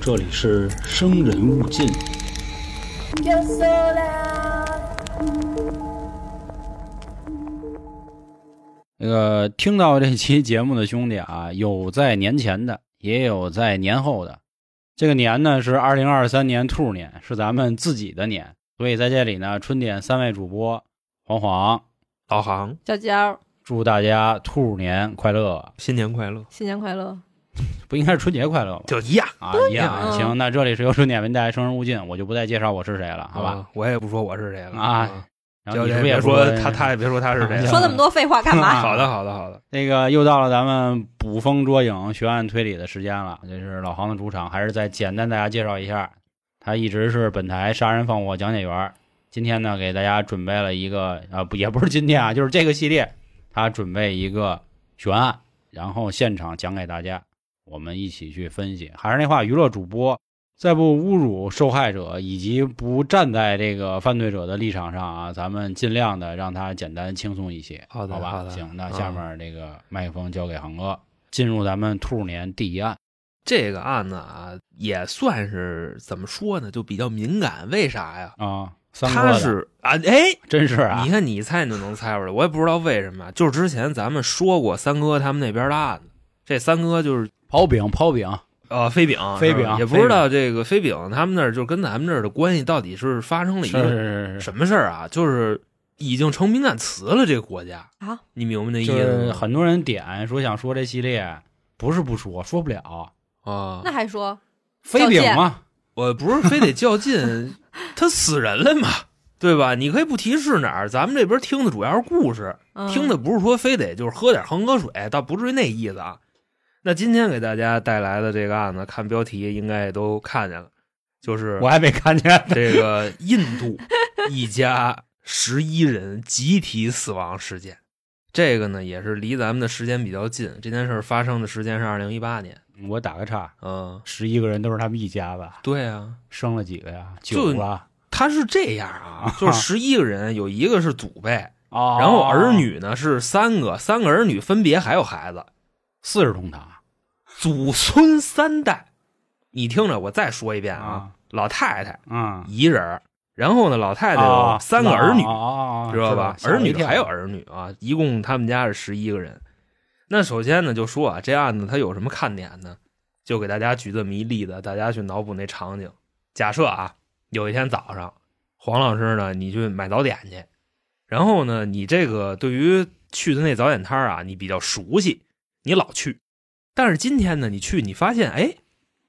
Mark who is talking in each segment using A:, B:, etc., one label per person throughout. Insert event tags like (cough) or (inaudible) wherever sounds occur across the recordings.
A: 这里是《生人勿进》。
B: Yo sola,
C: 那个听到这期节目的兄弟啊，有在年前的，也有在年后的。这个年呢是二零二三年兔年，是咱们自己的年，所以在这里呢，春点三位主播黄黄
D: 导航，
E: 娇娇，
C: 祝大家兔年快乐，
D: 新年快乐！
E: 新年快乐！
C: 不应该是春节快乐吗？
D: 就一样，
C: 啊，一样啊。
E: 嗯
C: 行，那这里是由春点为大家生人勿近，我就不再介绍我是谁了，好吧？
D: 啊？我也不说我是谁了
C: 啊，然后
D: 就
C: 你是不是
D: 别
C: 也
D: 说他，他也别说他是谁了。
E: 说那么多废话干
C: 啊
E: 嘛？
D: 好的，好的，好的。
C: 那个又到了咱们捕风捉影、悬案推理的时间了，这是老航的主场，还是再简单大家介绍一下，他一直是本台杀人放火讲解员。今天呢，给大家准备了一个啊，不也不是今天啊，就是这个系列，他准备一个悬案，然后现场讲给大家，我们一起去分析。还是那话，娱乐主播在不侮辱受害者以及不站在这个犯罪者的立场上啊，咱们尽量的让他简单轻松一些。
D: 好的
C: 吧，
D: 好的
C: 行，那
D: 嗯
C: 下面这个麦克风交给航哥，进入咱们兔年第一案。
D: 这个案子啊，也算是怎么说呢，就比较敏感。为啥呀？
C: 啊，三哥
D: 他
C: 的
D: 是啊，哎，
C: 真是啊
D: 你，看你一猜你就能猜出来，我也不知道为什么。就是之前咱们说过三哥他们那边的案子，这三哥就是
C: 刨饼刨饼，
D: 呃飞饼，
C: 飞饼
D: 是吧也不知道这个飞饼他们那儿就跟咱们这儿的关系到底是发生了
C: 是
D: 一
C: 是
D: 个
C: 是是
D: 什么事儿啊？就是已经成敏感词了，这个国家
E: 啊，
D: 你明白那意
C: 就
D: 思
C: 是
D: 吗？
C: 很多人点说想说这系列，不是不说，说不了，
D: 啊
E: 那，还说
C: 飞饼嘛，
D: 我不是非得较劲， (laughs) 他死人了嘛，对吧？你可以不提是哪儿，咱们这边听的主要是故事，
E: 嗯
D: 听的不是说非得就是喝点恒河水，倒不至于那意思啊。那今天给大家带来的这个案子，看标题应该也都看见了，就是
C: 我还没看见。 (laughs)
D: 这个印度一家十一人集体死亡事件。这个呢，也是离咱们的时间比较近。这件事儿发生的时间是二零一八年。
C: 我打个岔，
D: 嗯，
C: 十一个人都是他们一家吧？
D: 对啊，
C: 生了几个呀？
D: 就
C: 九啊个。
D: 他是这样 (laughs) 啊，就是十一个人，有一个是祖辈，
C: 哦
D: 然后儿女呢是三个，三个儿女分别还有孩子，
C: 四世同堂
D: 祖孙三代。你听着，我再说一遍啊，
C: 啊，
D: 老太太
C: 嗯，
D: 一人儿，然后呢，哦老太太
C: 哦
D: 有三个儿女，啊知道吧？儿女还有儿女啊，一共他们家是十一个人。那首先呢，就说啊，这案子它有什么看点呢？就给大家举这么一例子，大家去脑补那场景。假设啊，有一天早上，黄老师呢，你去买早点去，然后呢，你这个对于去的那早点摊儿啊，你比较熟悉，你老去。但是今天呢，你去，你发现哎，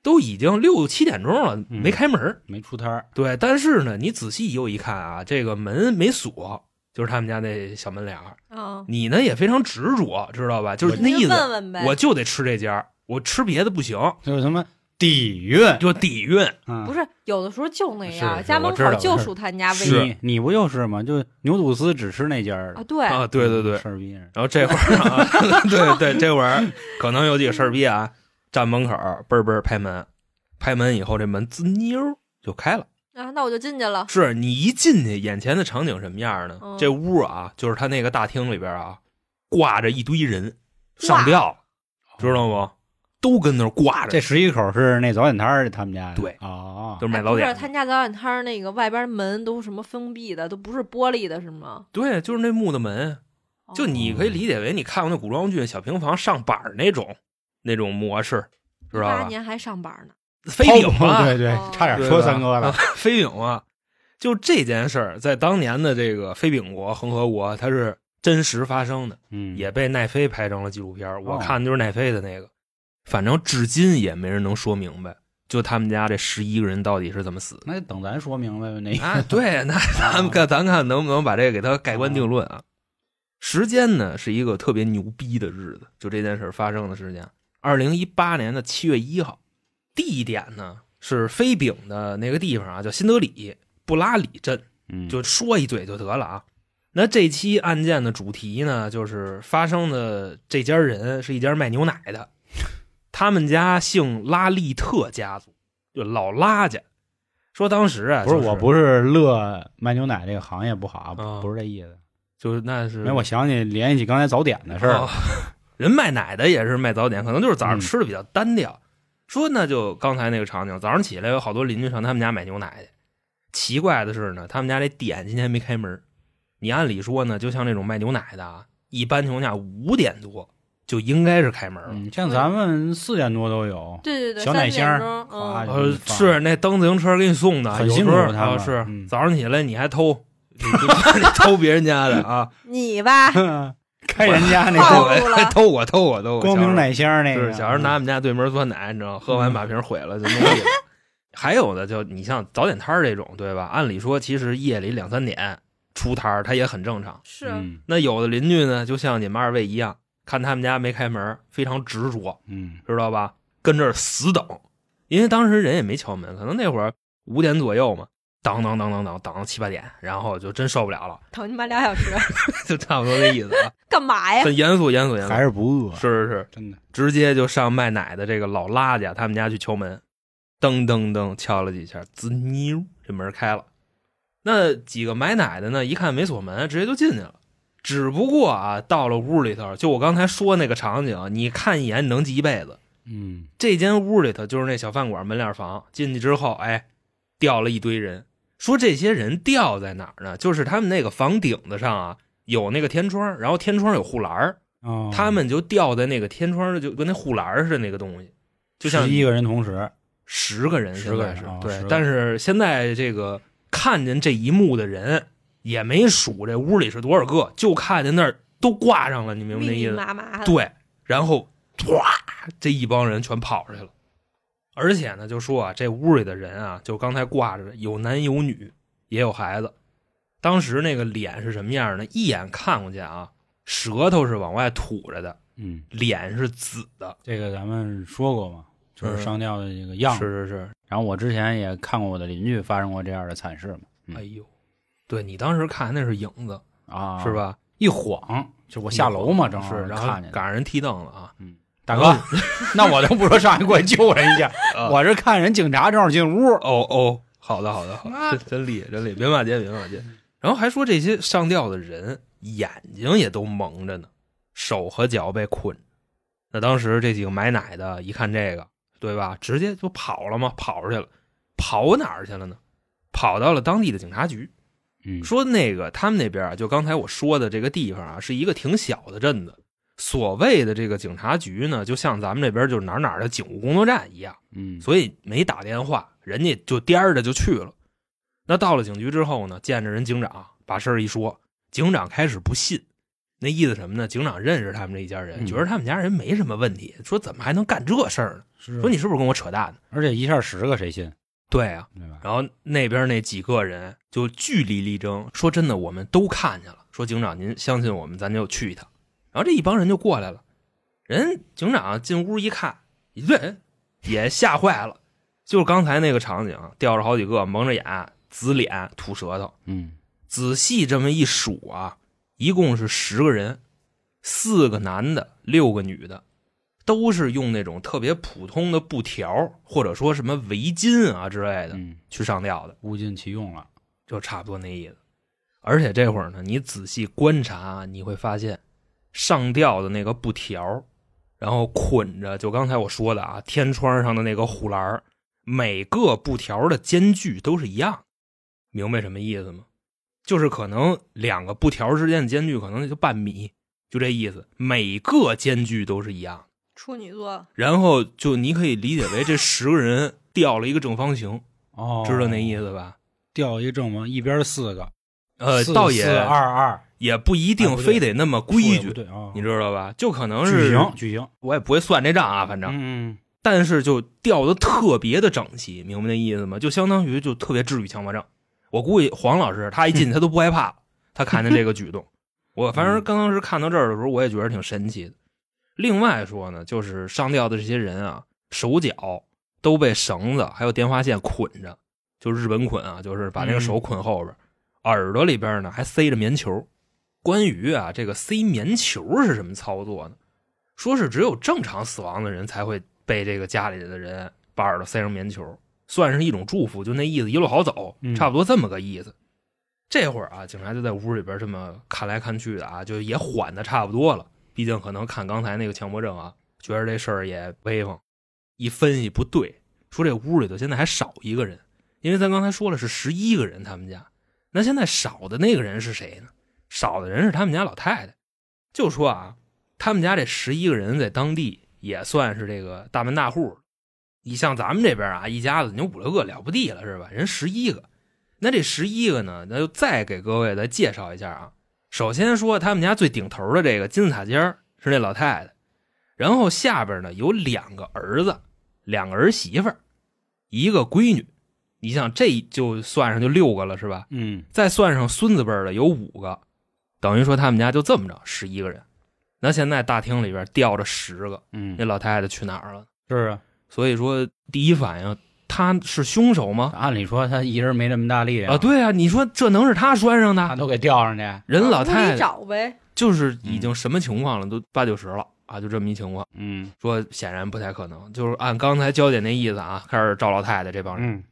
D: 都已经六七点钟了，没开门儿。
C: 没出摊儿
D: 对，但是呢，你仔细又一看啊，这个门没锁，就是他们家那小门脸儿。
E: 嗯，
D: 你呢也非常执着，知道吧？就是
E: 我
D: 那意
E: 就
D: 思，
E: 问问呗
D: 我就得吃这家儿，我吃别的不行，
C: 就是什么底蕴，
D: 就底蕴。
C: 嗯
E: 不是有的时候就那
C: 是
E: 样，
C: 是
E: 家门
C: 我知道
E: 口就属他们家
D: 是
E: 唯一
C: 你你不就是吗？就牛肚丝只吃那家儿的
E: 啊，，对，
D: 啊，对对对。
C: 事儿逼人
D: 然后这会儿啊， (laughs) 对对，这会儿可能有几个事儿逼啊，站门口儿嘣儿嘣儿拍门，拍门以后这门滋妞儿就开了。
E: 啊，那我就进去了，
D: 是你一进去，眼前的场景什么样呢？
E: 嗯
D: 这屋啊，就是他那个大厅里边啊，挂着一堆人上吊，知道吗？都跟那儿挂
C: 这
D: 着，
C: 十一口是那早点摊儿他们家的，
D: 对
C: 哦，
D: 就是
E: 哎
D: 卖
E: 不
D: 早
E: 是
D: 点。
E: 他们家早点摊儿那个外边门都什么封闭的，都不是玻璃的，是吗？
D: 对，就是那木的门，
E: 哦
D: 就你可以理解为你看过那古装剧小平房上板儿那种那种模式，知道
E: 八
D: 吧？
E: 年还上班呢，
D: 飞
C: 泡
D: 饼
C: (laughs) 沫
D: 啊，
C: 对对
E: 哦，
C: 差点
D: 对
C: 说
D: 吧
C: 三哥了，
D: 飞饼啊，就这件事儿，在当年的这个飞饼国、恒河国，它是真实发生的。
C: 嗯，
D: 也被奈飞拍成了纪录片儿。我
C: 哦
D: 看就是奈飞的那个，反正至今也没人能说明白，就他们家这十一个人到底是怎么死的。
C: 那就等咱说明白吧， (laughs) 那
D: (laughs) 啊，对，那咱们看，咱看能不能把这个给他盖棺定论啊？时间呢是一个特别牛逼的日子，就这件事儿发生的时间，二零一八年的七月一号，地点呢是飞饼的那个地方啊，叫新德里布拉里镇。
C: 嗯
D: 就说一嘴就得了啊。那这期案件的主题呢，就是发生的这家人是一家卖牛奶的，他们家姓拉利特家族，就老拉家。说当时啊，
C: 不是，
D: 就
C: 我不是乐卖牛奶这个行业不好啊，
D: 啊
C: 不不是这意思。
D: 就是那是
C: 没，我想起联系起刚
D: 哦
C: 才早点的事儿嗯
D: 哦，人卖奶的也是卖早点，可能就是早上吃的比较单调。说那就刚才那个场景，早上起来有好多邻居上他们家买牛奶去。奇怪的是呢，他们家这店今天没开门。你按理说呢，就像这种卖牛奶的，啊，一般情况下五点多就应该是开门了。
C: 嗯，像咱们四点多都
E: (laughs)
C: 有，
E: 对对对，
C: 小奶
E: 三点
C: 箱儿
E: 钟
C: 哗
E: 嗯，
C: 就给
D: 呃
C: 你，放
D: 是那蹬自行车给你送的，
C: 很
D: 有时
C: 辛苦
D: 候
C: 他们
D: 啊是
C: 嗯
D: 早上起来你还偷，你 (laughs) 你你偷别人家的
C: (laughs)
D: 啊，
E: 你吧，
C: 开人家那
E: 套
D: 哦
C: 个
E: 路了 (laughs)
D: 还偷我偷我偷我，
C: 光明奶箱那
D: 是
C: 个，
D: 小时候拿我们家对门酸奶，你知道，喝完
C: 嗯
D: 把瓶毁了就那个意思。还有的就你像早点摊儿这种，对吧？按理说其实夜里两三点出摊儿，它也很正常。
E: 是啊
C: 嗯
D: 那有的邻居呢，就像你们二位一样，看他们家没开门，非常执着，
C: 嗯，
D: 知道吧？跟这儿死等，因为当时人也没敲门，可能那会儿五点左右嘛，当当当当当当到七八点，然后就真受不了了， (laughs)
E: 等你妈俩小时
D: 就差不多这意思啊。
E: 干嘛呀？
D: 很严肃，严肃，严肃
C: 哎还。是不饿，
D: 是是是，
C: 真的。
D: 直接就上卖奶的这个老拉家他们家去敲门，噔噔噔敲了几下，滋妞，这门开了。那几个买奶的呢，一看没锁门，直接就进去了。只不过啊，到了屋里头，就我刚才说那个场景，你看一眼能记一辈子。
C: 嗯，
D: 这间屋里头就是那小饭馆门脸房，进去之后，哎，掉了一堆人。说这些人掉在哪儿呢？就是他们那个房顶子上啊，有那个天窗，然后天窗有护栏儿，
C: 哦
D: 他们就吊在那个天窗，就跟那护栏似的那个东西，就像
C: 一个人同时，
D: 十个人，
C: 10个人
D: 现在
C: 啊10
D: 是对
C: 个。
D: 但是现在这个看见这一幕的人也没数这屋里是多少个，就看见那儿都挂上了，你明白
E: 密
D: 那意
E: 密
D: 思？
E: 麻麻的，
D: 对，然后唰，这一帮人全跑出去了。而且呢，就说啊，这屋里的人啊，就刚才挂着的有男有女，也有孩子。当时那个脸是什么样呢？一眼看过去啊，舌头是往外吐着的，
C: 嗯，
D: 脸是紫的，
C: 这个咱们说过嘛，就是
D: 嗯
C: 上吊的这个样子。
D: 是是是，
C: 然后我之前也看过我的邻居发生过这样的惨事嘛，嗯
D: 哎呦，对你当时看那是影子、
C: 啊，
D: 是？吧？
C: 一晃，就我下楼嘛，正好
D: 是，然后
C: 看见的。
D: 赶上人踢凳了啊！
C: 大
D: (laughs)
C: 哥， (laughs) 那我就不说上去过来救人一下，
D: 啊
C: 我是看人警察正好进屋，
D: 哦哦，好的好的好的，真真厉害真厉害，别骂街别骂街。然后还说这些上吊的人眼睛也都蒙着呢，手和脚被捆。那当时这几个买奶的一看这个，对吧？直接就跑了嘛，跑出去了，跑哪儿去了呢？跑到了当地的警察局。
C: 嗯
D: 说那个他们那边啊，就刚才我说的这个地方啊，是一个挺小的镇子。所谓的这个警察局呢，就像咱们这边就是哪儿哪儿的警务工作站一样，
C: 嗯，
D: 所以没打电话，人家就颠儿着就去了。那到了警局之后呢，见着人警长，把事儿一说，警长开始不信，那意思什么呢？警长认识他们这一家人，
C: 嗯
D: 觉得他们家人没什么问题，说怎么还能干这事儿呢？
C: 是
D: 说你是不是啊跟我扯淡呢？
C: 而且一下十个谁信，
D: 对啊，
C: 对吧？
D: 然后那边那几个人就据理力争，说真的，我们都看见了。说警长，您相信我们，咱就去一趟。然后这一帮人就过来了，人警长进屋一看，对，也吓坏了，就是刚才那个场景，吊着好几个，蒙着眼，紫脸，吐舌头。
C: 嗯，
D: 仔细这么一数啊，一共是十个人，四个男的，六个女的，都是用那种特别普通的布条或者说什么围巾啊之类的
C: 嗯，
D: 去上吊的。
C: 物尽其用了，
D: 就差不多那意思。而且这会儿呢，你仔细观察啊，你会发现上吊的那个布条，然后捆着，就刚才我说的啊，天窗上的那个护栏儿，每个布条的间距都是一样，明白什么意思吗？就是可能两个布条之间的间距可能也就半米，就这意思，每个间距都是一样。
E: 处女座，
D: 然后就你可以理解为这十个人掉了一个正方形，
C: 哦，
D: 知道那意思吧？
C: 掉一正嘛，一边四个，
D: 呃，
C: 四
D: 倒也
C: 四二二
D: 也不一
C: 哎
D: 定
C: 不对
D: 非得那么规
C: 数也不
D: 矩，
C: 对啊，
D: 你知道吧？就可能
C: 矩
D: 是
C: 形，矩形，
D: 我也不会算这账啊，反正，
C: 嗯，
D: 但是就掉的特别的整齐，明白那意思吗？就相当于就特别治愈强迫症。我估计黄老师他一进去他都不害怕了，他看见这个举动，我反正刚当时看到这儿的时候，我也觉得挺神奇的。另外说呢，就是上吊的这些人啊，手脚都被绳子还有电话线捆着，就日本捆啊，就是把那个手捆后边，耳朵里边呢还塞着棉球。关于啊这个塞棉球是什么操作呢？说是只有正常死亡的人才会被这个家里的人把耳朵塞上棉球，算是一种祝福，就那意思，一路好走，
C: 嗯
D: 差不多这么个意思。这会儿啊，警察就在屋里边这么看来看去的啊，就也缓的差不多了。毕竟可能看刚才那个强迫症啊，觉得这事儿也威风。一分析不对，说这屋里头现在还少一个人，因为咱刚才说了是十一个人，他们家那现在少的那个人是谁呢？少的人是他们家老太太。就说啊，他们家这十一个人在当地也算是这个大门大户。你像咱们这边啊，一家子你五六个了不地了是吧？人十一个，那这十一个呢，那就再给各位再介绍一下啊。首先说他们家最顶头的这个金字塔尖儿是那老太太，然后下边呢有两个儿子，两个儿媳妇儿，一个闺女。你想这就算上就六个了是吧？
C: 嗯，
D: 再算上孙子辈儿的有五个，等于说他们家就这么着十一个人。那现在大厅里边吊着十个，
C: 嗯
D: 那，老太太去哪儿了？
C: 是啊。
D: 所以说第一反应他是凶手吗？
C: 按理说他一人没这么大力量
D: 啊，，对啊，你说这能是他拴上
C: 他
D: 的？
C: 都给吊上去。
D: 人老
E: 往屋里
D: 太太
E: 啊找呗，
D: 就是已经什么情况了，都八九十了啊，就这么一情况，
C: 嗯
D: 说显然不太可能。就是按刚才焦姐那意思啊，开始找老太太这帮人。
C: 嗯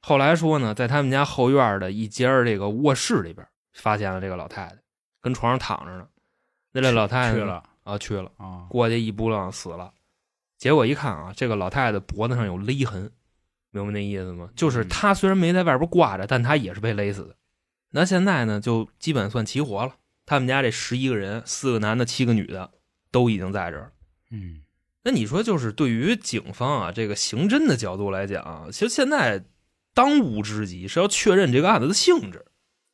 D: 后来说呢，在他们家后院的一间儿这个卧室里边，发现了这个老太太跟床上躺着呢。那这老太太呢
C: 去了
D: 啊，去了，
C: 啊，
D: 过去一扑棱死了。结果一看啊，这个老太太脖子上有勒痕，明白那意思吗？就是
C: 嗯
D: 她虽然没在外边挂着，但她也是被勒死的。那现在呢，就基本算齐活了。他们家这十一个人，四个男的，七个女的，都已经在这儿了。
C: 嗯
D: 那你说，就是对于警方啊这个刑侦的角度来讲啊，其实现在当务之急是要确认这个案子的性质，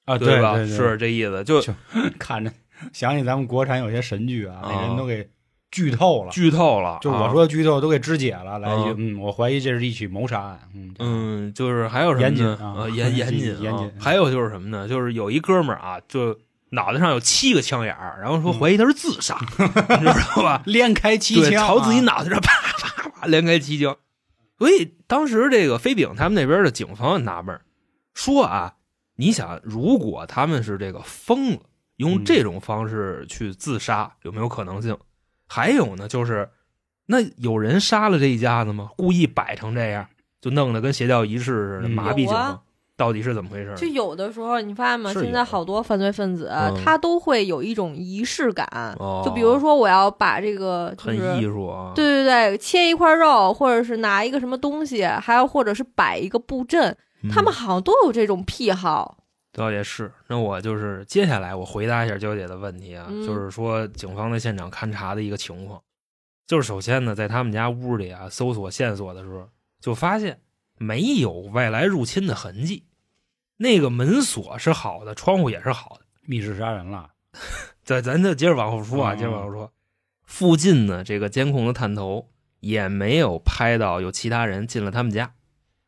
C: 啊，
D: 吧？
C: 对对
D: 是这意思，就
C: 就看着想起咱们国产有些神剧啊，
D: 啊
C: 那人都给剧透了，
D: 剧透了。
C: 就我
D: 啊，
C: 说剧透都给肢解了，来一
D: 啊
C: 句，嗯，我怀疑这是一起谋杀案，嗯
D: 嗯，就是还有什么
C: 严谨
D: 呢？
C: 啊
D: 呃
C: (laughs)
D: 严严谨啊，
C: 严谨
D: 还有就是什么呢？就是有一哥们儿啊，就脑袋上有七个枪眼儿，然后
C: 嗯
D: 说怀疑他是自
C: (laughs)
D: 杀，你知道吧？
C: 连开七
D: 对，
C: 枪，啊
D: 朝自己，脑袋上啪啪啪连开七枪。所以当时这个飞饼他们那边的警方很纳闷儿，说啊，你想如果他们是这个疯了，用
C: 嗯
D: 这种方式去自杀，有没有可能性？还有呢，就是那有人杀了这一家子吗？故意摆成这样，就弄得跟邪教仪式似的，
C: 嗯
D: 麻痹
E: 有
D: 警
E: 啊
D: 方，到底是怎么回事儿？
E: 就有的时候你发现吗？
D: 是
E: 现
D: 有
E: 在好多犯罪分子啊
D: 嗯
E: 他都会有一种仪式感，
D: 哦
E: 就比如说我要把这个就
D: 很
E: 是
D: 艺术啊，
E: 对对对，切一块肉，或者是拿一个什么东西，还有或者是摆一个布阵，
D: 嗯
E: 他们好像都有这种癖好。
D: 倒也是，那我就是接下来我回答一下娇姐的问题啊，
E: 嗯
D: 就是说警方在现场勘查的一个情况，就是首先呢，在他们家屋里啊搜索线索的时候，就发现没有外来入侵的痕迹，那个门锁是好的，窗户也是好的。
C: 密室杀人了，
D: 咱咱就接着往后说啊，
C: 嗯
D: 接着往后说，附近呢这个监控的探头也没有拍到有其他人进了他们家。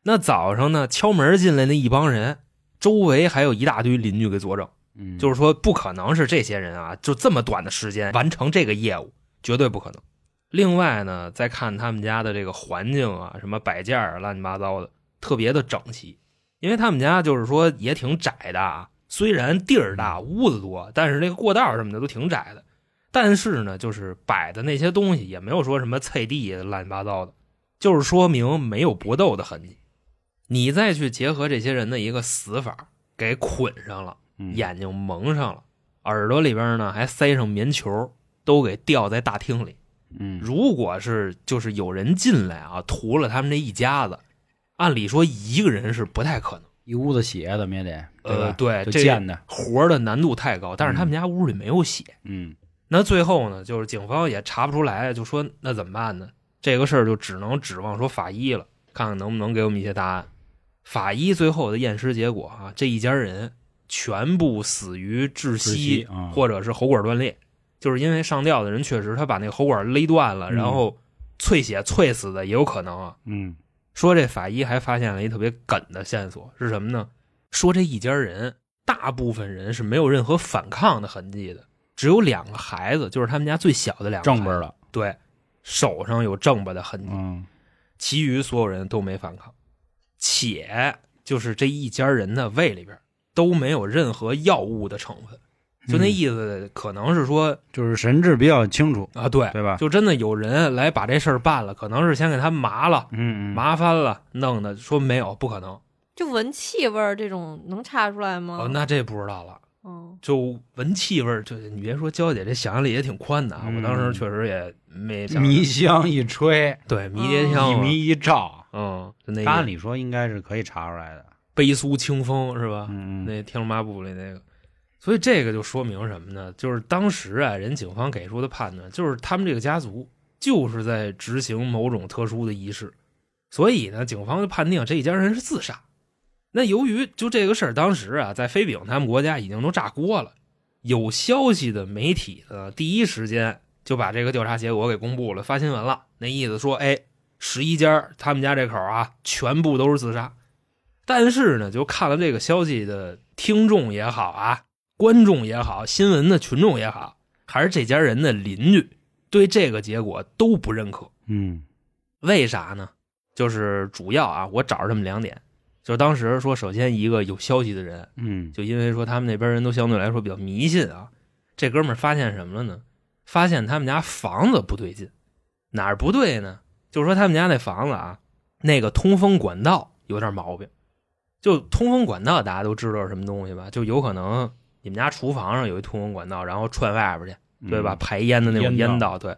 D: 那早上呢，敲门进来那一帮人，周围还有一大堆邻居给佐证。
C: 嗯，
D: 就是说不可能是这些人啊，就这么短的时间完成这个业务，绝对不可能。另外呢，再看他们家的这个环境啊，什么摆件儿啊乱七八糟的，特别的整齐。因为他们家就是说也挺窄的，啊，虽然地儿大屋子多，但是那个过道儿什么的都挺窄的。但是呢，就是摆的那些东西也没有说什么菜地乱七八糟的，就是说明没有搏斗的痕迹。你再去结合这些人的一个死法，给捆上了。
C: 嗯
D: 眼睛蒙上了，耳朵里边呢还塞上棉球，都给吊在大厅里。
C: 嗯
D: 如果是就是有人进来啊，屠了他们这一家子，按理说一个人是不太可能，
C: 一屋子血怎么也得，对
D: 呃
C: 吧？
D: 对
C: 就
D: 这
C: 见的，
D: 活儿的难度太高。但是他们家屋里没有血，
C: 嗯
D: 那最后呢，就是警方也查不出来，就说那怎么办呢？这个事儿就只能指望说法医了，看看能不能给我们一些答案。法医最后的验尸结果啊，这一家人全部死于窒
C: 窒息
D: 息
C: 啊
D: 或者是喉管断裂，就是因为上吊的人确实他把那个喉管勒断了，
C: 嗯
D: 然后萃血萃死的也有可能啊。
C: 嗯
D: 说这法医还发现了一特别梗的线索是什么呢？说这一家人大部分人是没有任何反抗的痕迹的，只有两个孩子，就是他们家最小的两个
C: 正本
D: 孩子，
C: 了，
D: 对，手上有正巴的痕迹，
C: 嗯
D: 其余所有人都没反抗，且就是这一家人的胃里边都没有任何药物的成分，就那
C: 嗯
D: 意思，可能是说、
C: 就是神志比较清楚，
D: 啊，对，
C: 对吧？
D: 就真的有人来把这事儿办了，可能是先给他麻了，
C: 嗯嗯，
D: 麻翻了，弄的说没有，不可能。
E: 就闻气味儿这种能查出来吗？
D: 哦哦，那这不知道了。
E: 嗯
D: 就闻气味儿，就你别说娇姐这想象力也挺宽的啊，
C: 嗯
D: 我当时确实也没想
C: 迷香一吹，
D: 对迷迭
E: 哦
C: 一
D: 香嘛，
C: 迷一照，
D: 嗯，就那
C: 按
D: 个
C: 理说应该是可以查出来的。
D: 悲苏清风是吧？
C: 嗯，
D: 那《天龙八部》里那个，所以这个就说明什么呢？就是当时啊，人警方给出的判断就是他们这个家族就是在执行某种特殊的仪式，所以呢，警方就判定这一家人是自杀。那由于就这个事儿，当时啊，在飞饼他们国家已经都炸锅了，有消息的媒体呢，第一时间就把这个调查结果给公布了，发新闻了。那意思说，哎，十一家儿他们家这口儿啊，全部都是自杀。但是呢，就看了这个消息的听众也好啊，观众也好，新闻的群众也好，还是这家人的邻居，对这个结果都不认可。
C: 嗯
D: 为啥呢？就是主要啊，我找着他们两点，就是当时说，首先一个有消息的人，
C: 嗯
D: 就因为说他们那边人都相对来说比较迷信啊，这哥们儿发现什么了呢？发现他们家房子不对劲，哪儿不对呢？就是说他们家那房子啊，那个通风管道有点毛病。就通风管道大家都知道是什么东西吧？就有可能你们家厨房上有一通风管道，然后串外边去，
C: 嗯，
D: 对吧？排烟的那种
C: 烟道
D: 烟道，对。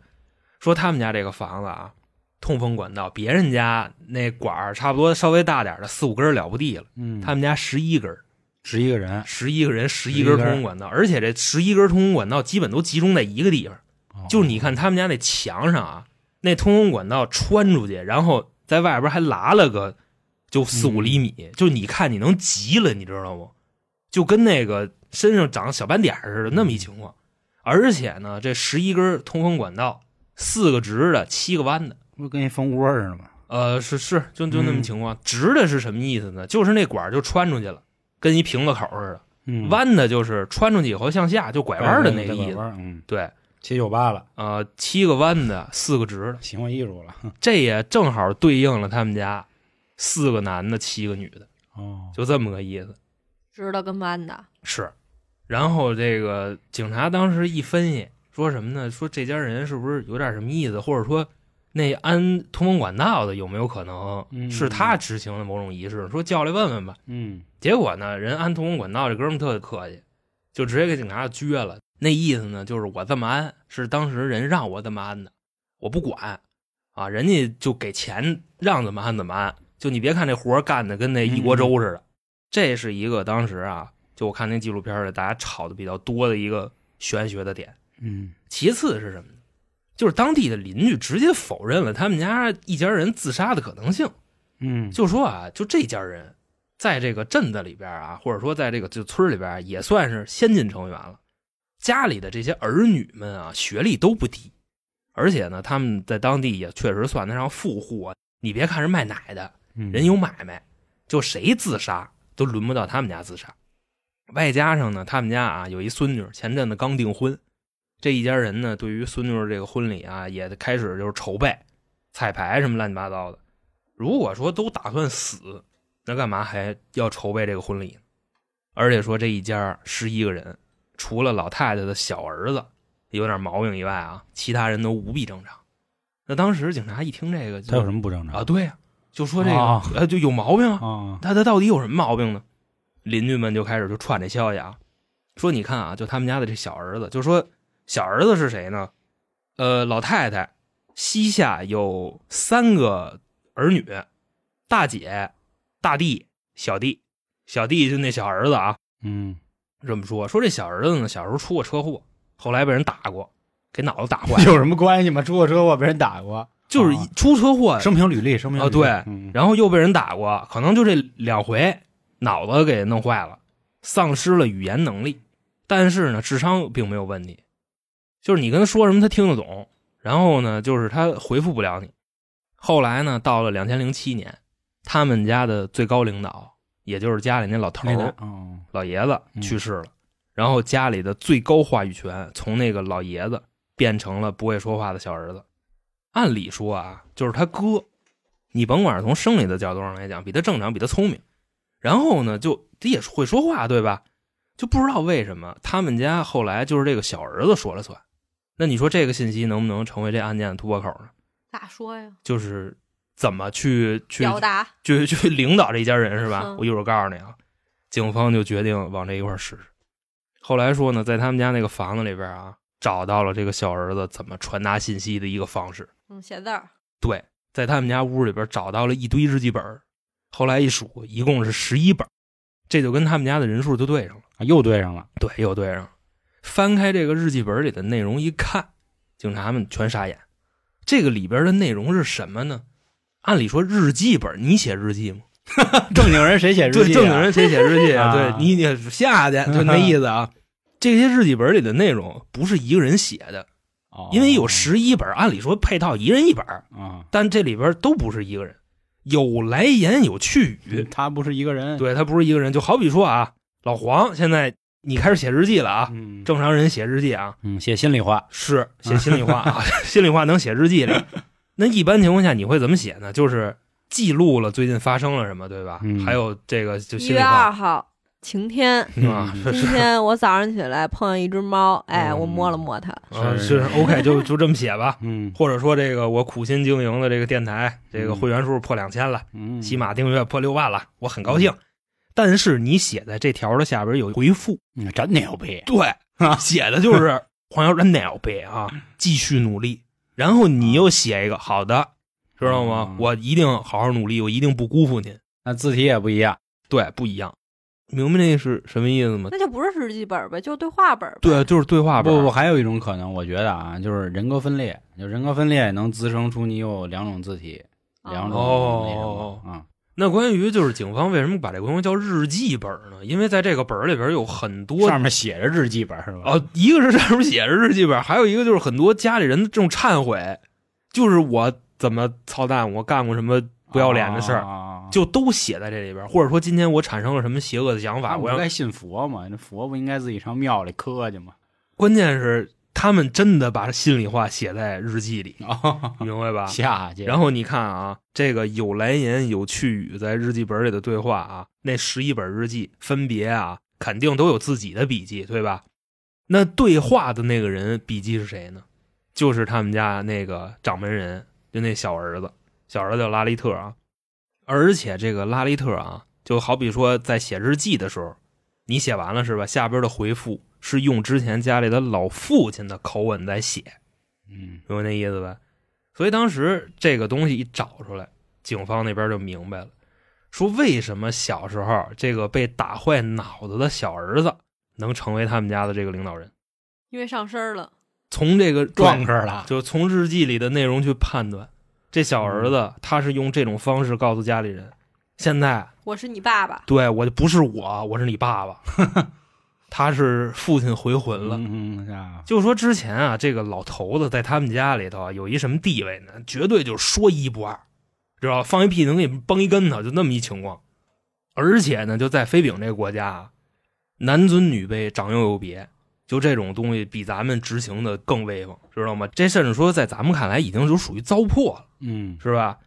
D: 说他们家这个房子啊，通风管道，别人家那管儿差不多稍微大点儿的四五根儿了不地了，
C: 嗯，
D: 他们家十一根儿。
C: 十一个人，
D: 十一个人，十一根通风管道，而且这十一根通风管道基本都集中在一个地方。
C: 哦
D: 就你看他们家那墙上啊，那通风管道穿出去，然后在外边还拉了个就四五厘米，就你看你能急了，你知道吗？就跟那个身上长小斑点儿似的那么一情况。而且呢，这十一根通风管道，四个直的，七个弯的。
C: 不跟一蜂窝似的吗？
D: 呃，是是，就就那么
C: 嗯
D: 情况。直的是什么意思呢？就是那管儿就穿出去了，跟一瓶子口似的。
C: 嗯，
D: 弯的就是穿出去以后向下就拐弯的那个意
C: 拐
D: 思。
C: 弯嗯，
D: 对，
C: 七九八了，
D: 呃，七个弯的，四个直的，
C: 行为艺术了。
D: 这也正好对应了他们家四个男的，七个女的，
C: 哦，
D: 就这么个意思。
E: 知道跟班的，
D: 是，然后这个警察当时一分析，说什么呢？说这家人是不是有点什么意思，或者说那安通风管道的有没有可能
C: 嗯
D: 是他执行的某种仪式？说叫来问问吧。
C: 嗯
D: 结果呢，人安通风管道这哥们儿特客气，就直接给警察撅了。那意思呢，就是我这么安是当时人让我这么安的，我不管啊，人家就给钱让怎么安怎么安。就你别看这活儿干的跟那一锅粥似的，这是一个当时啊，就我看那纪录片儿里大家吵的比较多的一个玄学的点。
C: 嗯，
D: 其次是什么呢？就是当地的邻居直接否认了他们家一家人自杀的可能性。
C: 嗯，
D: 就说啊，就这家人，在这个镇子里边啊，或者说在这个就村里边啊，也算是先进成员了。家里的这些儿女们啊，学历都不低，而且呢，他们在当地也确实算得上富户啊。你别看是卖奶的，
C: 嗯
D: 人有买卖，就谁自杀都轮不到他们家自杀。外加上呢，他们家啊有一孙女，前阵子刚订婚，这一家人呢对于孙女儿这个婚礼啊也开始就是筹备、彩排什么乱七八糟的。如果说都打算死，那干嘛还要筹备这个婚礼呢？而且说这一家十一个人，除了老太太的小儿子有点毛病以外啊，其他人都无比正常。那当时警察一听这个就，
C: 他有什么不正常
D: 啊，？对呀、就说这个、
C: 啊
D: 呃就有毛病啊，
C: 啊，
D: 他他到底有什么毛病呢？邻居们就开始就传这消息啊，说你看啊，就他们家的这小儿子，就说小儿子是谁呢？呃，老太太膝下有三个儿女，大姐、大弟、小弟，小弟就那小儿子啊，
C: 嗯，，
D: 这么说说这小儿子呢，小时候出过车祸，后来被人打过，给脑子打坏
C: 有什么关系吗？出过车祸，被人打过，
D: 就是一出车祸
C: 生平履历，生平
D: 啊
C: 履历
D: 对
C: 嗯
D: 然后又被人打过，可能就这两回，脑子给弄坏了，丧失了语言能力，但是呢，智商并没有问题，就是你跟他说什么他听得懂，然后呢，就是他回复不了你。后来呢，到了两千零七年，他们家的最高领导，也就是家里那老头
C: 那个
D: 儿
C: 哦，
D: 老爷子
C: 嗯
D: 去世了，然后家里的最高话语权从那个老爷子变成了不会说话的小儿子。按理说啊，就是他哥，你甭管是从生理的角度上来讲，比他正常，比他聪明，然后呢，就他也会说话，对吧？就不知道为什么他们家后来就是这个小儿子说了算。那你说这个信息能不能成为这案件的突破口呢？
E: 咋说呀？
D: 就是怎么去去
E: 表达
D: 就 (laughs) 去领导这一家人是吧？
E: 嗯
D: 我一会儿告诉你啊，警方就决定往这一块儿试试。后来说呢，在他们家那个房子里边啊，找到了这个小儿子怎么传达信息的一个方式。
E: 嗯，写字儿，
D: 对，在他们家屋里边找到了一堆日记本儿，后来一数，一共是十一本儿，这就跟他们家的人数就对上了。
C: 啊又对上了，
D: 对，又对上了。翻开这个日记本里的内容一看，警察们全傻眼。这个里边的内容是什么呢？按理说日记本，你写日记吗？
C: 正经人谁写日记、啊？
D: 对，正经人谁写日
C: (laughs)
D: 记
C: 啊
D: 对你你下去就那意
C: (laughs)
D: 思啊。这些日记本里的内容不是一个人写的，
C: 哦，
D: 因为有十一本，按理说配套一人一本，
C: 啊，
D: 但这里边都不是一个人，有来言有去
C: 嗯
D: 语，
C: 他不是一个人，
D: 对他不是一个人。就好比说啊，老黄现在你开始写日记了啊，
C: 嗯，
D: 正常人写日记啊，
C: 嗯写心里话，
D: 是写心里话
C: (laughs)
D: 啊，心里话能写日记里。那一般情况下你会怎么写呢？就是记录了最近发生了什么，对吧？
C: 嗯
D: 还有这个就
E: 一
D: 心里
E: 月
D: 话啊
E: 二号
D: (laughs)
E: 晴天。
D: 是吧？
C: 嗯
E: 今
D: 是
E: 天我早上起来碰见一只猫，哎，
D: 嗯
E: 我摸了摸它，
D: 啊，
C: 是
D: 是 OK，就就这么写吧。
C: 嗯
D: 或者说这个我苦心经营的这个电台，这个会员数破两千了，
C: 嗯，
D: 喜马订阅破六万了，我很高兴。但是你写在这条的下边有回复，
C: 嗯真牛逼，
D: 对，啊 (laughs) 写的就是黄瑶真鸟呗啊，继续努力。然后你又写一个好的，知道吗？
C: 嗯
D: 我一定好好努力，我一定不辜负您。
C: 那字体也不一样，
D: 对，不一样，明白这是什么意思吗？
E: 那就不是日记本呗，就是对话本呗。
D: 对，就是对话本。
C: 不不，还有一种可能，我觉得啊，就是人格分裂，就人格分裂也能滋生出你有两种字体，
E: 哦
C: 两种那什么
D: 哦
C: 啊，
D: 那关于就是警方为什么把这个东西叫日记本呢？因为在这个本儿里边有很多
C: 上面写着日记本是吧？
D: 哦，一个是上面写着日记本，还有一个就是很多家里人的这种忏悔，就是我怎么操蛋，我干过什么不要脸的事儿，
C: 儿
D: 就都写在这里边儿。或者说今天我产生了什么邪恶的想法，我
C: 啊我
D: 要
C: 该信佛嘛，那佛不应该自己上庙里磕
D: (laughs)
C: 去吗？
D: 关键是他们真的把心里话写在日记里，
C: 啊，
D: 你明白吧？
C: 下去，
D: 哦然后你看啊，这个有来言有去语，在日记本里的对话啊，那十一本日记分别啊，肯定都有自己的笔记，对吧？那对话的那个人笔记是谁呢？就是他们家那个掌门人，就那小儿子，小儿子叫拉利特啊。而且这个拉利特啊，就好比说在写日记的时候，你写完了是吧？下边的回复是用之前家里的老父亲的口吻在写，
C: 嗯
D: 明白那意思吧？所以当时这个东西一找出来，警方那边就明白了，说为什么小时候这个被打坏脑子的小儿子能成为他们家的这个领导人，
E: 因为上身了，
D: 从这个
C: 撞这儿了，
D: 就从日记里的内容去判断，这小儿子他是用这种方式告诉家里人，现在
E: 我是你爸爸，
D: 对我不是我，我是你爸爸， (laughs) 他是父亲回魂了。
C: 嗯嗯啊，
D: 就说之前啊，这个老头子在他们家里头啊有一什么地位呢？绝对就是说一不二，知道吧放一屁能给你崩一跟头，就那么一情况。而且呢，就在非丙这个国家啊，男尊女卑，长幼有别，就这种东西比咱们执行的更威风，知道吗？这甚至说在咱们看来已经就属于糟粕了，
C: 嗯
D: 是吧？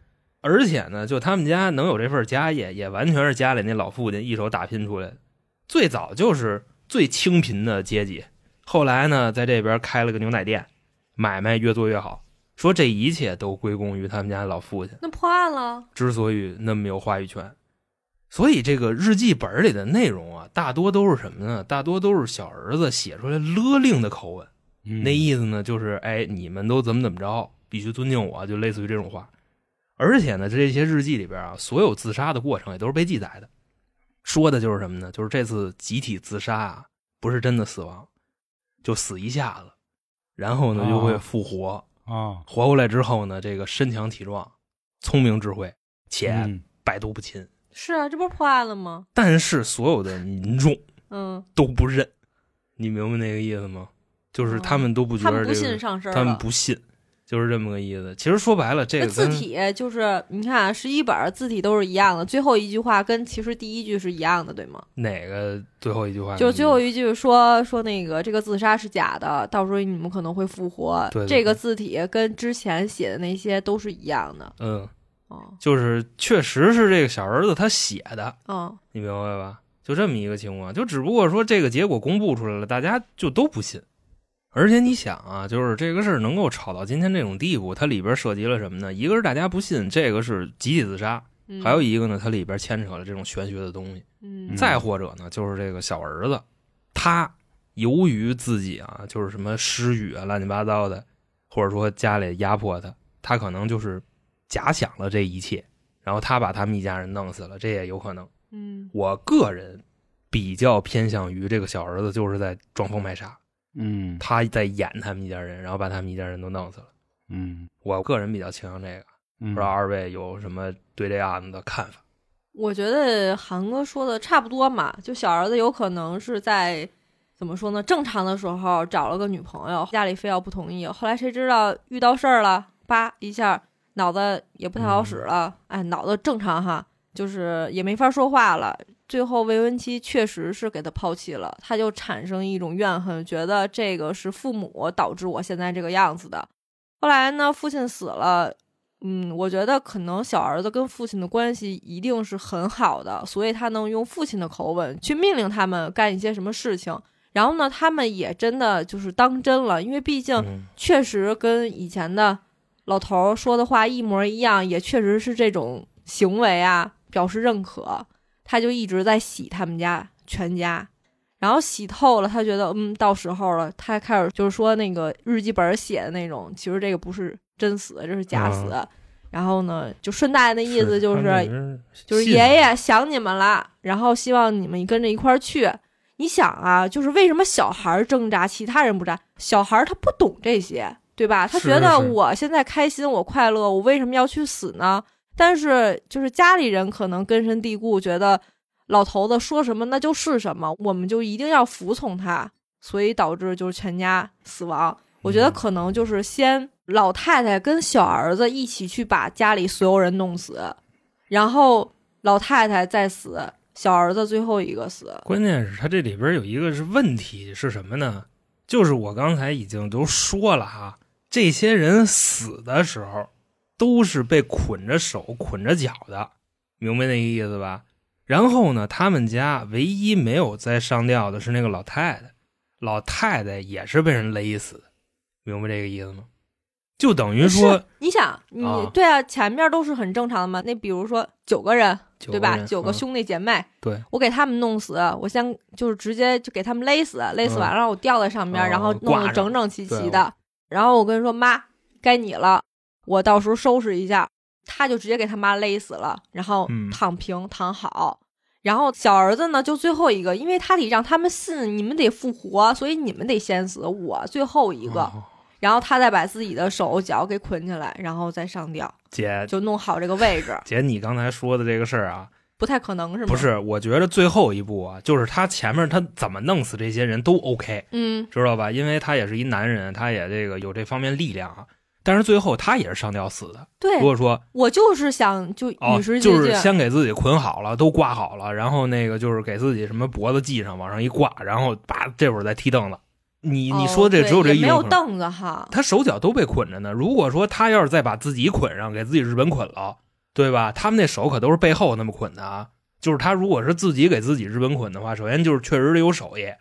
D: 而且呢，就他们家能有这份家业，也完全是家里那老父亲一手打拼出来的。最早就是最清贫的阶级，后来呢，在这边开了个牛奶店，买卖越做越好。说这一切都归功于他们家老父亲，
E: 那破案了，
D: 之所以那么有话语权。所以这个日记本里的内容啊，大多都是什么呢？大多都是小儿子写出来勒令的口吻。
C: 嗯，
D: 那意思呢，就是哎，你们都怎么怎么着，必须尊敬我，就类似于这种话。而且呢，这些日记里边啊，所有自杀的过程也都是被记载的，说的就是什么呢？就是这次集体自杀啊，不是真的死亡，就死一下子，然后呢就会
C: 哦
D: 复活，
C: 啊，
D: 活过来之后呢，这个身强体壮、聪明智慧，且
C: 嗯
D: 百毒不侵。
E: 是啊，这不是破案了吗？
D: 但是所有的民众
E: 嗯，
D: 都不认，你明白那个意思吗？就是他们都不觉
E: 哦他
D: 得
E: 们
D: 这
E: 不
D: 个
E: 信上身
D: 他们
E: 了。
D: 不信，就是这么个意思。其实说白了，这
E: 那
D: 个
E: 字
D: 跟
E: 体就是你看十一本儿字体都是一样的，最后一句话跟其实第一句是一样的，对吗？
D: 哪个最后一句话？
E: 就是最后一句说说那个这个自杀是假的，到时候你们可能会复活。
D: 对对
E: 这个字体跟之前写的那些都是一样的。
D: 嗯，
E: 哦，
D: 就是确实是这个小儿子他写的，
E: 嗯，
D: 你明白吧？就这么一个情况，就只不过说这个结果公布出来了，大家就都不信。而且你想啊，就是这个事儿能够吵到今天这种地步，它里边涉及了什么呢？一个是大家不信这个是集体自杀，
E: 嗯
D: 还有一个呢，它里边牵扯了这种玄学的东西。
E: 嗯，
D: 再或者呢，就是这个小儿子，他由于自己啊，就是什么失语啊、乱七八糟的，或者说家里压迫他，他可能就是假想了这一切，然后他把他们一家人弄死了，这也有可能。
E: 嗯
D: 我个人比较偏向于这个小儿子就是在装疯卖傻，
C: 嗯
D: 他在演他们一家人，然后把他们一家人都弄死了。
C: 嗯，
D: 我个人比较倾向这个，
C: 不
D: 不知道二位有什么对这案子的看法？
E: 我觉得韩哥说的差不多嘛，就小儿子有可能是在怎么说呢？正常的时候找了个女朋友，家里非要不同意，后来谁知道遇到事儿了，叭一下脑子也不太好使了，哎，脑子正常哈，就是也没法说话了。最后未婚妻确实是给他抛弃了，他就产生一种怨恨，觉得这个是父母导致我现在这个样子的。后来呢，父亲死了，嗯，我觉得可能小儿子跟父亲的关系一定是很好的，所以他能用父亲的口吻去命令他们干一些什么事情。然后呢，他们也真的就是当真了，因为毕竟
D: 嗯
E: 确实跟以前的老头儿说的话一模一样，也确实是这种行为啊，表示认可。他就一直在洗他们家全家，然后洗透了，他觉得嗯，到时候了，他开始就是说那个日记本写的那种，其实这个不是真死，这是假死。然后呢，就顺带的意思就是是就是爷爷想你们了，然后希望你们跟着一块儿去。你想啊，就是为什么小孩儿挣扎，其他人不扎？小孩儿他不懂这些，对吧？他
D: 是
E: 觉得
D: 是
E: 我现在开心，我快乐，我为什么要去死呢？但是就是家里人可能根深蒂固，觉得老头子说什么那就是什么，我们就一定要服从他，所以导致就是全家死亡。我觉
D: 嗯
E: 得可能就是先老太太跟小儿子一起去把家里所有人弄死，然后老太太再死，小儿子最后一个死。
D: 关键是他这里边有一个是问题是什么呢？就是我刚才已经都说了哈，这些人死的时候都是被捆着手、捆着脚的，明白那个意思吧？然后呢，他们家唯一没有再上吊的是那个老太太，老太太也是被人勒死的，明白这个意思吗？就等于说
E: 呃是，你想，你、
D: 啊
E: 对啊，前面都是很正常的嘛。那比如说九个人，
D: 九
E: 对吧？
D: 人
E: 九个
D: 嗯
E: 兄弟姐妹，
D: 对，
E: 我给他们弄死，我先就是直接就给他们勒死，勒死
D: 嗯
E: 完了、我吊在上面，
D: 哦
E: 然后弄
D: 挂
E: 得
D: 上
E: 整整齐齐
D: 对
E: 的。然后我跟你说，妈，该你了，我到时候收拾一下。他就直接给他妈勒死了，然后
D: 嗯
E: 躺平、躺好。然后小儿子呢，就最后一个，因为他得让他们信你们得复活，所以你们得先死，我最后一个。
D: 哦
E: 然后他再把自己的手脚给捆起来，然后再上吊，
D: 姐
E: 就弄好这个位置，
D: 姐，你刚才说的这个事儿啊，
E: 不太可能是吗？
D: 不，是，我觉得最后一步啊，就是他前面他怎么弄死这些人都 OK，
E: 嗯，
D: 知道吧？因为他也是一男人，他也这个有这方面力量啊。但是最后他也是上吊死的。
E: 对
D: 如，果说
E: 我就是想就
D: 哦
E: 哎与时，俱进，
D: 就是先给自己捆好了，都挂好了，然后那个就是给自己什么脖子系上，往上一挂，然后叭，这会儿再踢凳子。你你说这
E: 哦对
D: 只有这
E: 也
D: 一
E: 没
D: 种
E: 有
D: 可能
E: 凳子哈，
D: 他手脚都被捆着呢。如果说他要是再把自己捆上，给自己日本捆了，对吧？他们那手可都是背后那么捆的啊。就是他如果是自己给自己日本捆的话，首先就是确实得有手艺，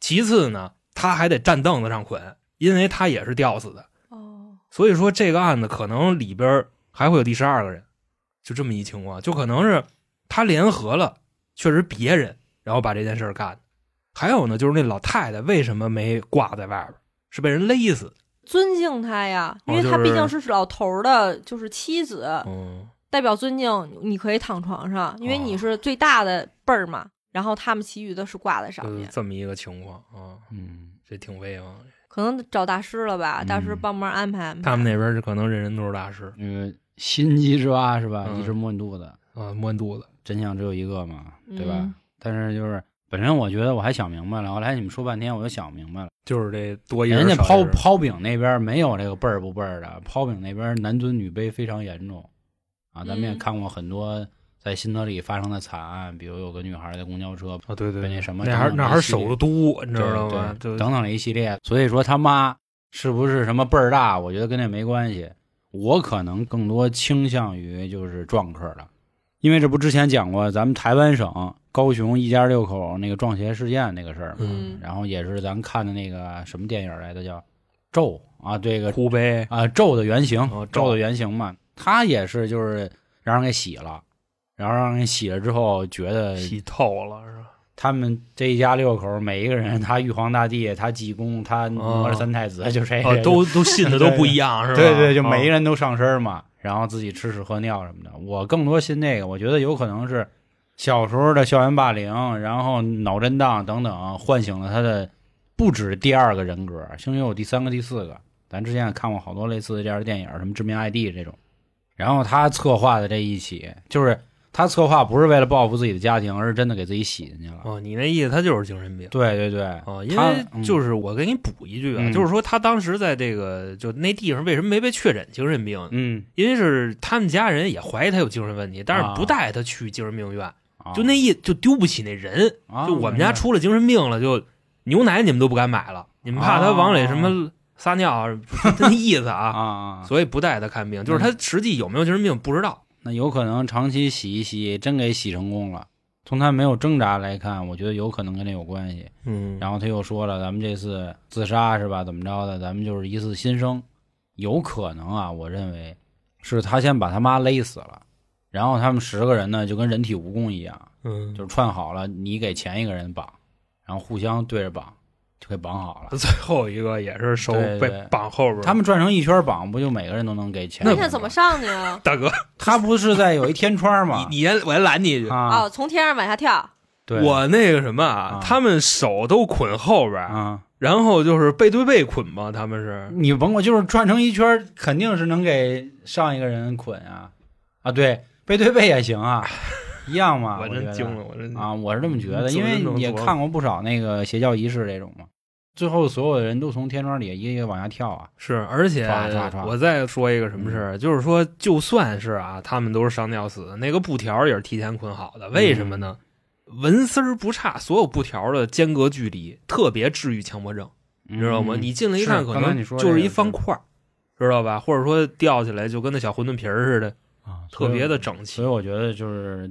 D: 其次呢，他还得站凳子上捆，因为他也是吊死的。
E: 哦，
D: 所以说这个案子可能里边还会有第十二个人，就这么一情况，就可能是他联合了确实别人，然后把这件事儿干的。还有呢，就是那老太太为什么没挂在外边儿？是被人勒死的。
E: 尊敬他呀，因
D: 哦
E: 为
D: 就
E: 他毕竟
D: 是
E: 是老头儿的，就是妻子，
D: 嗯，
E: 代表尊敬，你可以躺床上，因为
D: 哦
E: 你是最大的辈儿嘛。然后他们其余的是挂在上
D: 就是
E: 面，
D: 这么一个情况啊，
C: 嗯
D: 这挺威风的。
E: 可能找大师了吧，大师
C: 嗯
E: 帮忙安排安排。
D: 他们那边是可能人人都是大师
C: 那个心机之蛙是吧？
D: 嗯
C: 一直摸你肚子，
D: 啊，摸你肚子。
C: 真相只有一个嘛，对吧？
E: 嗯
C: 但是就是本身我觉得我还想明白了，后来你们说半天我就想明白了，
D: 就是这多一
C: 人
D: 人
C: 家
D: 少一
C: 抛
D: 人
C: 抛饼那边没有这个辈儿不辈儿的，抛饼那边男尊女卑非常严重啊，咱们也
E: 嗯
C: 看过很多在新德里发生的惨案，比如有个女孩在公交车
D: 啊，对对，
C: 被
D: 对
C: 那什么
D: 那还
C: 等等
D: 那还
C: 一
D: 是
C: 系列
D: 首都，你
C: 对
D: 知道吗？
C: 对
D: 就
C: 等等了一系列，所以说他妈是不是什么辈儿大，我觉得跟这没关系。我可能更多倾向于就是撞客了，因为这不之前讲过咱们台湾省高雄一家六口那个撞邪事件那个事儿嘛，
D: 嗯，
C: 然后也是咱看的那个什么电影来的叫《咒》啊，这个
D: 湖北
C: 啊，咒的原型，
D: 哦咒
C: 咒的原型嘛，他也是就是让人给洗了，然后让人洗了之后觉得 (laughs)
D: 洗透了是吧？
C: 他们这一家六口，每一个人，他玉皇大帝，他济公，他哪吒三太子，就谁
D: 哦，都都信的都不一样，是吧？
C: 对对，就每一
D: 哦
C: 人都上身嘛，然后自己吃屎喝尿什么的。我更多信那个，我觉得有可能是小时候的校园霸凌，然后脑震荡等等，唤醒了他的不止第二个人格，甚至有第三个、第四个。咱之前也看过好多类似的这样的电影，什么《致命 ID》这种。然后他策划的这一起，就是他策划不是为了报复自己的家庭，而是真的给自己洗进去了。
D: 哦，你那意思他就是精神病。
C: 对对对，
D: 哦，因
C: 他
D: 为就是我给你补一句啊，
C: 嗯
D: 就是说他当时在这个就那地方为什么没被确诊精神病呢？
C: 嗯，
D: 因为是他们家人也怀疑他有精神问题，但
C: 啊
D: 是不带他去精神病院，
C: 啊
D: 就那意就丢不起那人。
C: 啊
D: 就我们
C: 明白
D: 家
C: 啊
D: 出了精神病了，就牛奶你们都不敢买了，你们怕他往里什么撒尿啊，就那意思
C: 啊
D: 啊，
C: (laughs) 啊，啊
D: 所以不带他看病，就是他实际有没有精神病不知道。
C: 那有可能长期洗一洗，真给洗成功了。从他没有挣扎来看，我觉得有可能跟这有关系。
D: 嗯
C: 然后他又说了，咱们这次自杀是吧？怎么着的？咱们就是一次新生，有可能啊，我认为是他先把他妈勒死了，然后他们十个人呢就跟人体蜈蚣一样，
D: 嗯，
C: 就是串好了，你给前一个人绑，然后互相对着绑，就给绑好了。
D: 最后一个也是手
C: 对对
D: 被绑后边儿，
C: 他们转成一圈绑，不就每个人都能给前一
E: 那
C: 个人绑？
E: 怎么上去啊？
D: 大哥，
C: 他不是在有一天窗吗？
D: 你你先我先拦你一句，
C: 啊，
E: 哦，从天上往下跳，
C: 对，
D: 我那个什么啊
C: 啊，
D: 他们手都捆后边儿，
C: 啊，
D: 然后就是背对背捆嘛，他们是。
C: 你甭管，就是转成一圈儿，肯定是能给上一个人捆啊啊，对，背对背也行
D: (laughs)
C: 啊，一样嘛。啊
D: 我
C: 我觉
D: 真
C: 得
D: 惊了，嗯我真
C: 啊，我是这么觉得，
D: 你
C: 因
D: 做人
C: 为
D: 能
C: 你也
D: 琢磨
C: 看过不少那个邪教仪式这种嘛，最后所有的人都从天窗里一个一个往下跳啊，
D: 是，而且
C: 唰唰唰
D: 我再说一个什么事
C: 嗯
D: 儿，就是说，就算是啊，他们都是上吊死的，那个布条也是提前捆好的，为
C: 嗯
D: 什么呢？纹丝儿不差，所有布条的间隔距离特别治愈强迫症，
C: 你
D: 你知道吗？你进来一看，
C: 嗯是
D: 可
C: 刚才
D: 能
C: 你说
D: 就
C: 这
D: 是
C: 个
D: 一方
C: 是
D: 块儿，知道吧？或者说吊起来就跟那小馄饨皮儿似的，
C: 啊，
D: 特别的
C: 整。
D: 整齐
C: 所以。我觉得就是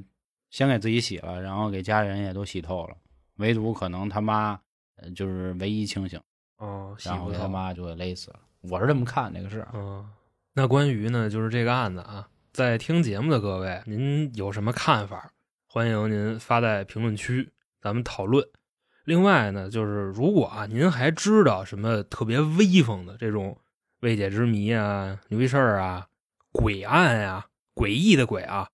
C: 先给自己洗了，然后给家人也都洗透了，唯独可能他妈呃就是唯一清醒，
D: 哦，洗
C: 然后
D: 不
C: 给他
D: 透。
C: 妈就给勒死了。我是这么看这个事儿啊。
D: 嗯，那关于呢，就是这个案子啊，在听节目的各位，您有什么看法？欢迎您发在评论区，咱们讨论。另外呢，就是如果啊，您还知道什么特别威风的这种未解之谜啊、牛逼事儿啊、诡案啊、诡异的鬼啊，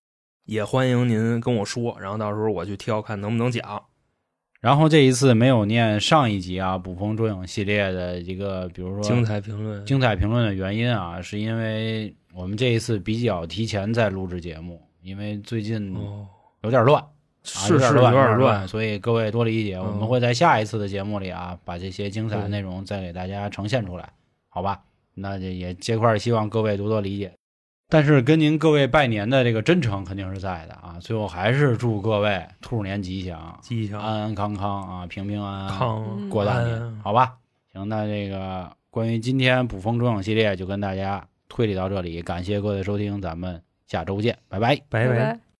D: 也欢迎您跟我说，然后到时候我去挑看能不能讲。
C: 然后这一次没有念上一集啊，捕风捉影系列的一个，比如说
D: 精彩评论，
C: 精彩评论的原因啊，是因为我们这一次比较提前在录制节目，因为最近
D: 哦，
C: 有点乱，嗯啊
D: 是是
C: 有点
D: 点
C: 乱，，所以各位多理解。
D: 嗯
C: 我们会在下一次的节目里啊，把这些精彩的内容再给大家呈现出来，好吧？那这也这块儿希望各位多多理解。但是跟您各位拜年的这个真诚肯定是在的啊，最后还是祝各位兔年吉祥，
D: 吉祥
C: 安安康康啊，平平安安
D: 康
E: 嗯
C: 过大年，
D: 安
C: 好吧？行，那这个关于今天捕风捉影系列就跟大家推理到这里，感谢各位收听，咱们下周见，拜拜。
D: 拜
E: 拜。